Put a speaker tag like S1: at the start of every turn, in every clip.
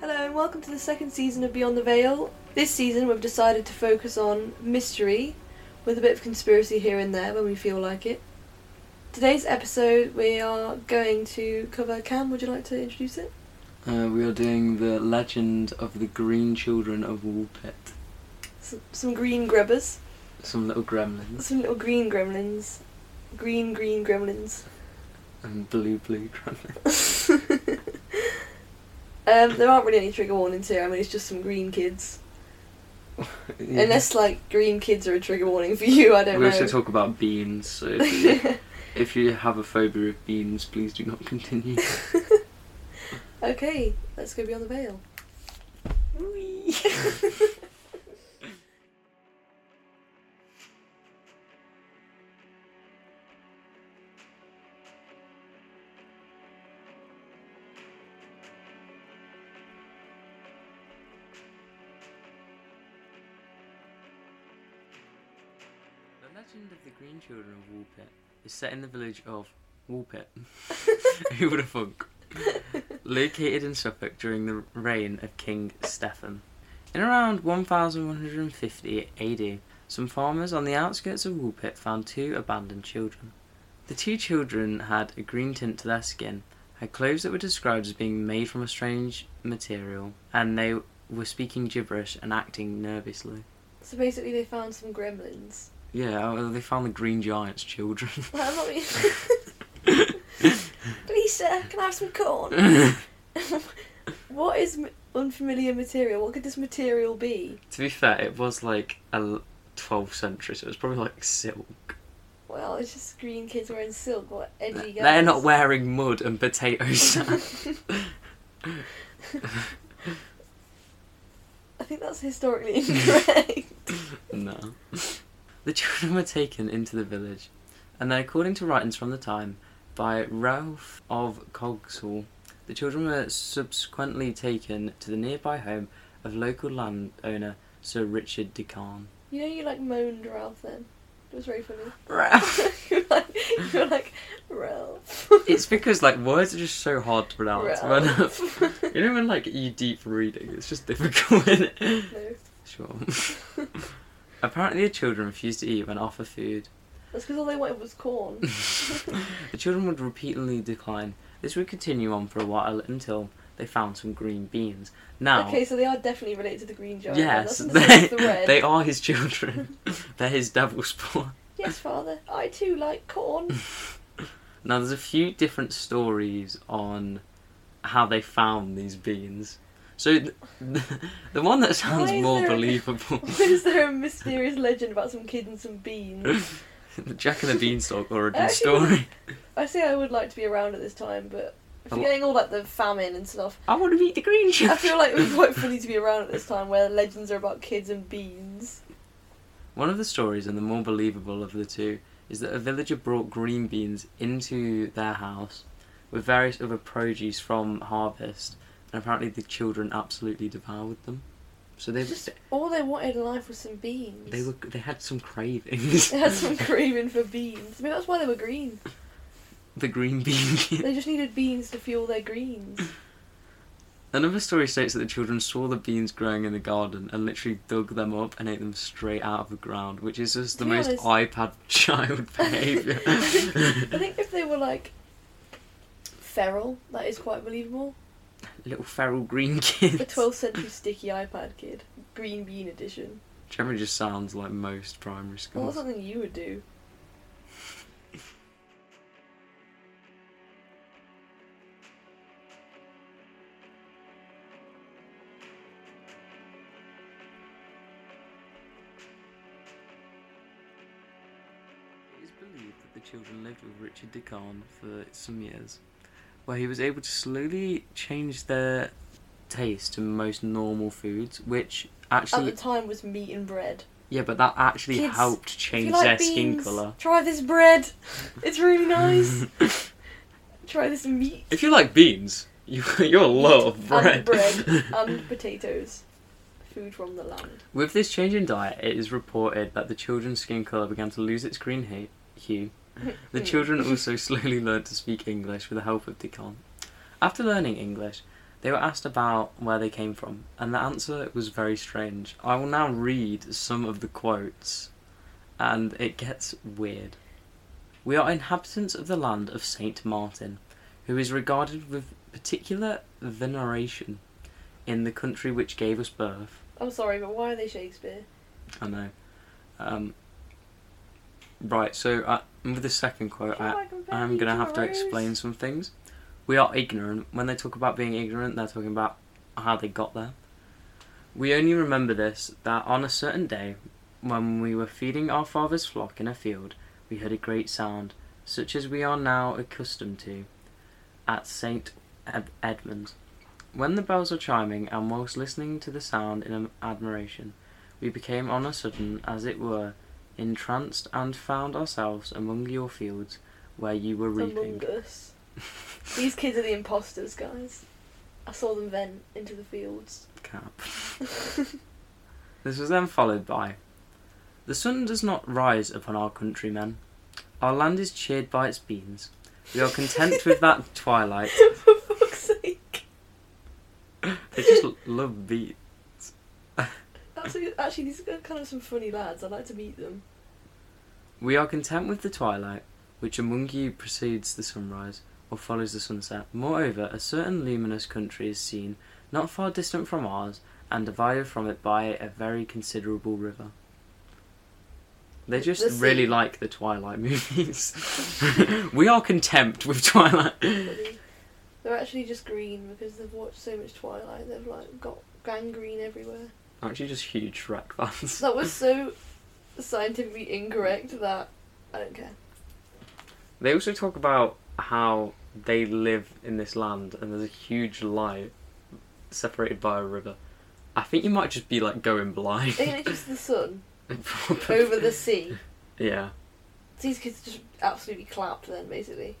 S1: Hello and welcome to the second season of Beyond the Veil. This season we've decided to focus on mystery with a bit of conspiracy here and there when we feel like it. Today's episode we are going to cover Cam, would you like to introduce it?
S2: Uh, we are doing the legend of the green children of Woolpit.
S1: S some green grubbers,
S2: Some little gremlins
S1: some little green gremlins, green green gremlins.
S2: and blue blue gremlins.
S1: Um, there aren't really any trigger warnings here. I mean, it's just some green kids. Unless like green kids are a trigger warning for you, I don't
S2: we
S1: know.
S2: also talk about beans, so if you, if you have a phobia of beans, please do not continue.
S1: Okay, let's go beyond the veil.
S2: The legend of the green children of Woolpit is set in the village of Woolpit. Who would have thunk? Located in Suffolk during the reign of King Stephen. In around 1150 AD, some farmers on the outskirts of Woolpit found two abandoned children. The two children had a green tint to their skin, had clothes that were described as being made from a strange material, and they were speaking gibberish and acting nervously.
S1: So basically, they found some gremlins.
S2: Yeah, well, they found the green giant's children.
S1: Well, I'm not really- Lisa, can I have some corn? what is m- unfamiliar material? What could this material be?
S2: To be fair, it was like a l- 12th century, so it was probably like silk.
S1: Well, it's just green kids wearing silk. What edgy guys?
S2: They're not wearing mud and potato sand.
S1: I think that's historically incorrect.
S2: no. The children were taken into the village, and then, according to writings from the time, by Ralph of Cogswell, the children were subsequently taken to the nearby home of local landowner Sir Richard de Carn.
S1: you know, you like moaned Ralph then. It was very funny.
S2: Ralph!
S1: you were like, you were like Ralph.
S2: It's because like words are just so hard to pronounce.
S1: Ralph.
S2: When, you know when like you deep reading, it's just difficult. Isn't it?
S1: no,
S2: Sure. Apparently, the children refused to eat when offered food.
S1: that's because all they wanted was corn.
S2: The children would repeatedly decline. This would continue on for a while until they found some green beans. Now,
S1: Okay, so they are definitely related to the green giant. then.
S2: yes,
S1: that's in the sense
S2: they,
S1: of the red.
S2: they are his children. They're his devil spawn.
S1: Yes, father, I too like corn.
S2: Now, there's a few different stories on how they found these beans. So, th- the one that sounds
S1: Why is
S2: more
S1: there-
S2: believable,
S1: Why is there a mysterious legend about some kid and some beans?
S2: the Jack and the Beanstalk origin
S1: Actually,
S2: story.
S1: I say I would like to be around at this time, but
S2: Oh.
S1: forgetting all like the famine and stuff,
S2: I want to eat the green
S1: I
S2: children.
S1: feel like it would be quite funny to be around at this time where legends are about kids and beans.
S2: One of the stories, and the more believable of the two, is that a villager brought green beans into their house with various other produce from harvest, and apparently the children absolutely devoured them. So they
S1: Just all they wanted in life was some beans.
S2: they were they had some cravings.
S1: They had some craving for beans. Maybe that's why they were green.
S2: the green bean. kid.
S1: They just needed beans to fuel their greens.
S2: Another story states that the children saw the beans growing in the garden and literally dug them up and ate them straight out of the ground, which is just
S1: To
S2: the
S1: be
S2: most
S1: honest-
S2: iPad child behaviour.
S1: I think- I think if they were like feral, that is quite believable.
S2: Little feral green kids.
S1: The 12th century sticky iPad kid, green bean edition.
S2: Generally just sounds like most primary
S1: Well,
S2: schools.
S1: that's something you would do.
S2: It is believed that the children lived with Richard de Carn for some years, where he was able to slowly change their taste to most normal foods, which
S1: At
S2: actually,
S1: the time was meat and bread.
S2: yeah, but that actually
S1: Kids,
S2: helped
S1: If you
S2: change
S1: like
S2: their skin
S1: beans,
S2: colour.
S1: Try this bread. It's really nice. try this meat.
S2: If you like beans, you, you'll love
S1: And
S2: bread.
S1: bread and potatoes. Food from the land.
S2: With this change in diet, it is reported that the children's skin colour began to lose its green hu- hue. The children also slowly learned to speak English with the help of Dickon. After learning English, They were asked about where they came from, and the answer was very strange. I will now read some of the quotes, and it gets weird. We are inhabitants of the land of Saint Martin, who is regarded with particular veneration in the country which gave us birth.
S1: I'm sorry, but why are they Shakespeare?
S2: I know. Um, right, so I, with the second quote, I, I'm going to have to explain some things. We are ignorant. When they talk about being ignorant, they're talking about how they got there. We only remember this that on a certain day, when we were feeding our father's flock in a field, we heard a great sound, such as we are now accustomed to, at St. Ed- Edmund's. When the bells were chiming, and whilst listening to the sound in admiration, we became on a sudden, as it were, entranced and found ourselves among your fields where you were reaping.
S1: Among Us. These kids are the imposters, guys. I saw them vent into the fields.
S2: cap. this was then followed by The sun does not rise upon our countrymen. Our land is cheered by its beams. We are content with that twilight.
S1: For fuck's sake.
S2: They just l- love beat.
S1: That's a, actually, these are kind of some funny lads. I'd like to meet them.
S2: We are content with the twilight, which among you precedes the sunrise or follows the sunset. Moreover, a certain luminous country is seen, not far distant from ours, and divided from it by a very considerable river. They just
S1: The sea.
S2: really like the Twilight movies. we are contempt with Twilight.
S1: Funny. They're actually just green because they've watched so much Twilight. They've like got gangrene everywhere.
S2: Actually, just huge Shrek fans.
S1: That was so scientifically incorrect that I don't care.
S2: They also talk about how they live in this land and there's a huge light separated by a river. I think you might just be like going blind.
S1: Isn't it just the sun
S2: Probably.
S1: over the sea?
S2: Yeah.
S1: These kids just absolutely clapped then, basically.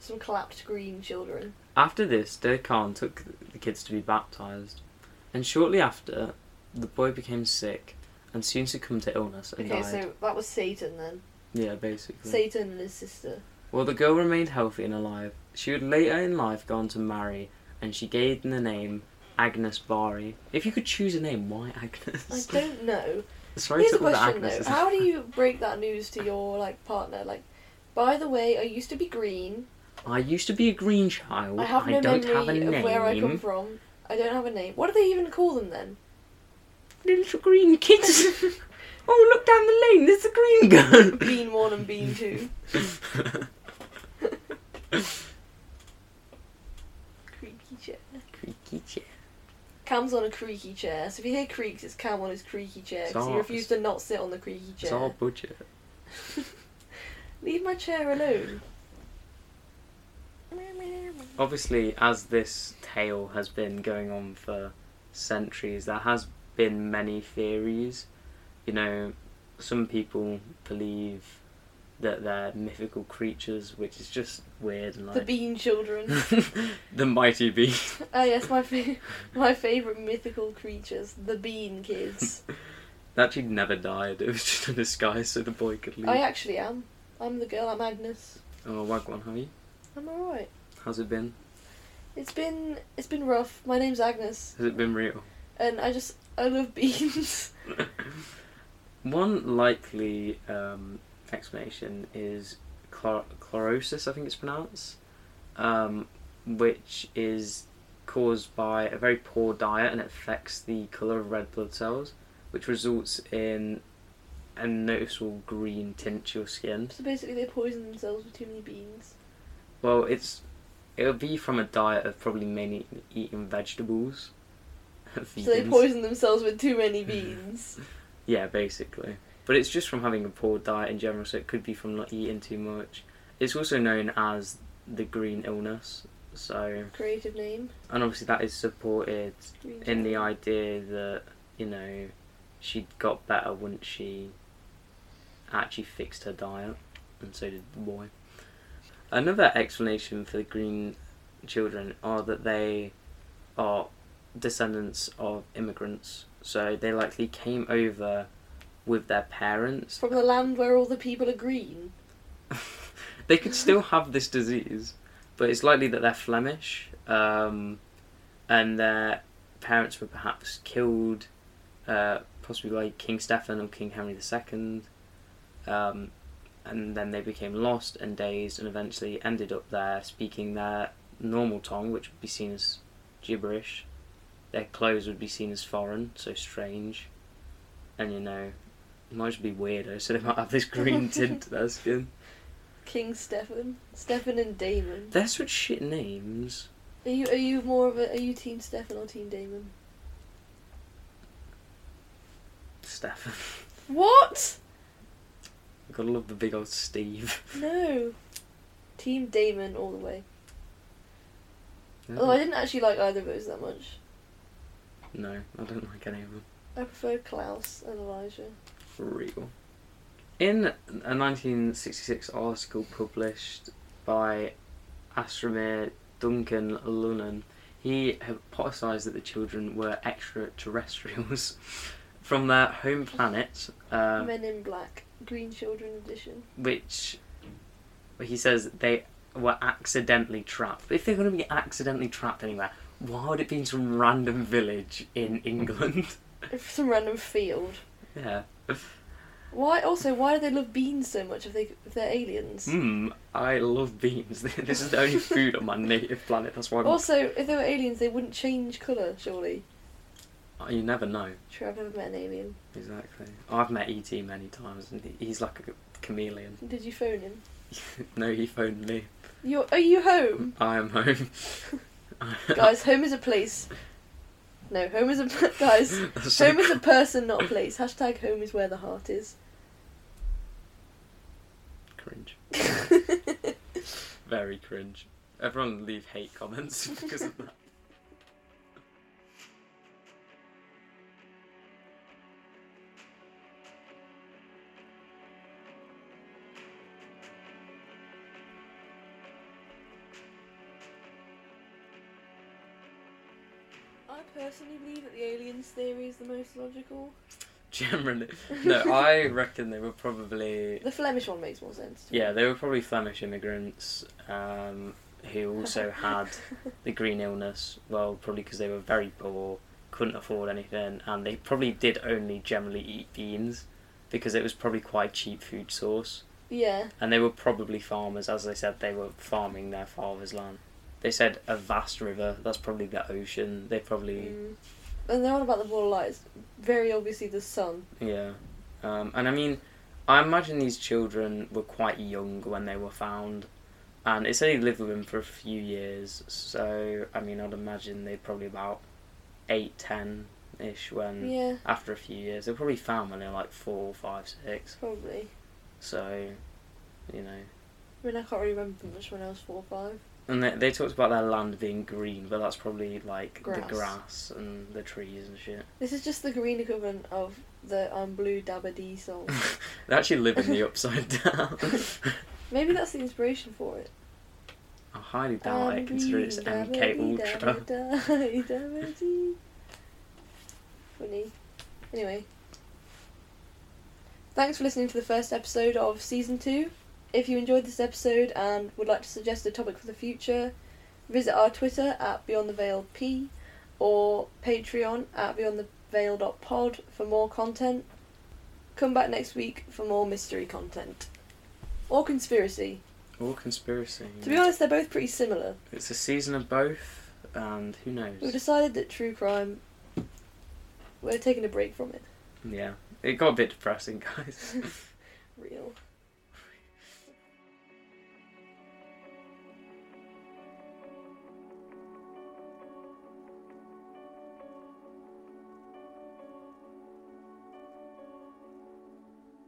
S1: Some clapped green children.
S2: After this, Deir Khan took the kids to be baptized, and shortly after, the boy became sick and soon succumbed to illness and
S1: Okay,
S2: died. Hmm.
S1: so that was Satan then.
S2: Yeah, basically.
S1: Satan and his sister.
S2: Well, the girl remained healthy and alive. She would later in life go on to marry, and she gave the name Agnes Bari. If you could choose a name, why
S1: I
S2: Agnes?
S1: don't know.
S2: Sorry
S1: Here's
S2: to
S1: a
S2: all the
S1: question though.
S2: Agnes.
S1: How do you break that news to your like partner? Like, by the way, I used to be green.
S2: I used to be a green child.
S1: I have no
S2: don't
S1: memory
S2: have a name.
S1: of where I come from. I don't have a name. What do they even call them then?
S2: Little green kids. oh, look down the lane. There's a green girl.
S1: Bean one and bean two. Creaky chair.
S2: Creaky chair.
S1: Cam's on a creaky chair. So if you hear creaks, it's Cam on his creaky chair because he
S2: Stop.
S1: refused to not sit on the creaky
S2: It's our
S1: chair.
S2: budget.
S1: Leave my chair alone.
S2: Obviously, as this tale has been going on for centuries, there has been many theories. You know, some people believe that they're mythical creatures, which is just weird and
S1: The
S2: like
S1: bean children.
S2: the mighty bee.
S1: oh yes, my fa- my favourite mythical creatures, the bean kids.
S2: They actually never died. It was just a disguise so the boy could leave.
S1: I actually am. I'm the girl. I'm Agnes.
S2: Oh, wag one, have you?
S1: I'm alright.
S2: How's it been?
S1: It's been it's been rough. My name's Agnes,
S2: Has it been real?
S1: and I just I love beans.
S2: One likely um, explanation is chlor- chlorosis, I think it's pronounced, um, which is caused by a very poor diet and it affects the colour of red blood cells, which results in a noticeable green tint to your skin.
S1: so basically, they poison themselves with too many beans.
S2: Well, it's it'll be from a diet of probably mainly eating vegetables.
S1: So they
S2: Vegans.
S1: poison themselves with too many beans.
S2: Yeah, basically. But it's just from having a poor diet in general, so it could be from not eating too much. It's also known as the green illness. So,
S1: Creative name.
S2: and obviously that is supported
S1: Green
S2: in the
S1: children.
S2: idea that, you know, she got better once she actually fixed her diet, and so did the boy. Another explanation for the green children are that they are descendants of immigrants, so they likely came over with their parents.
S1: From the land where all the people are green.
S2: They could still have this disease, but it's likely that they're Flemish, um, and their parents were perhaps killed, uh, possibly by King Stefan or King Henry II. Um, and then they became lost and dazed and eventually ended up there speaking their normal tongue, which would be seen as gibberish. Their clothes would be seen as foreign, so strange. And you know, might as well be weirdo, so they might have this green tint to their skin.
S1: King Stefan, Stefan and Damon.
S2: They're such shit names.
S1: Are you are you more of a are you team Stefan or team Damon?
S2: Stefan.
S1: What?
S2: Gotta love the big old Steve.
S1: No, team Damon all the way. Although I didn't actually like either of those that much.
S2: No, I don't like any of them.
S1: I prefer Klaus and Elijah.
S2: For real. In a 1966 article published by astronomer Duncan Lunan, he hypothesized that the children were extraterrestrials from their home planet, uh,
S1: Men in Black, Green Children edition.
S2: which he says they were accidentally trapped. If they're going to be accidentally trapped anywhere, why would it be in some random village in England?
S1: Some random field.
S2: yeah.
S1: Why? Also, why do they love beans so much if they if they're aliens?
S2: Mmm, I love beans. this is the only food on my native planet. That's why I'm...
S1: Also, if they were aliens, they wouldn't change colour, surely.
S2: Oh, you never know.
S1: Sure, I've never met an alien.
S2: Exactly. I've met ET many times, and he- he's like a chameleon.
S1: Did you phone him?
S2: no, he phoned me.
S1: You're, are you home?
S2: I am home.
S1: guys, home is a place. No, home is a guys.
S2: That's so
S1: Home is a person, not a place. Hashtag home is where the heart is.
S2: cringe. Very cringe. Everyone leave hate comments because of that.
S1: I personally believe that the aliens theory is the most logical.
S2: Generally, no, I reckon they were probably
S1: The Flemish one makes more sense. to me.
S2: yeah they were probably Flemish immigrants um, who also had the green illness. Well, probably because they were very poor, couldn't afford anything, and they probably did only generally eat beans because it was probably quite cheap food source.
S1: Yeah.
S2: and they were probably farmers, as they said they were farming their father's land. They said a vast river. That's probably the ocean. They probably
S1: Mm. And the one about the ball of light is very obviously the sun.
S2: yeah, um, and I mean, I imagine these children were quite young when they were found, and it said he lived with him for a few years. So I mean, I'd imagine they're probably about eight, ten ish when
S1: Yeah,
S2: after a few years they were probably found when they were like four, five, six.
S1: probably.
S2: So, you know.
S1: I mean, I can't really remember much when I was four or five.
S2: And they, they talked about their land being green, but that's probably like
S1: Grass.
S2: the grass and the trees and shit.
S1: This is just the green equivalent of the I'm blue dabba dee song.
S2: They actually live in the upside down.
S1: Maybe that's the inspiration for it.
S2: I highly doubt it, considering it's MK Ultra.
S1: Ultra. Funny. Anyway. Thanks for listening to the first episode of season two. If you enjoyed this episode and would like to suggest a topic for the future, visit our Twitter at Beyond the Veil P or Patreon at beyondtheveil.pod for more content. Come back next week for more mystery content. Or conspiracy.
S2: Or conspiracy.
S1: To be honest, they're both pretty similar.
S2: it's a season of both, and who
S1: We've
S2: knows?
S1: decided that true crime. We're taking a break from it.
S2: Yeah, it got a bit depressing, guys.
S1: Real.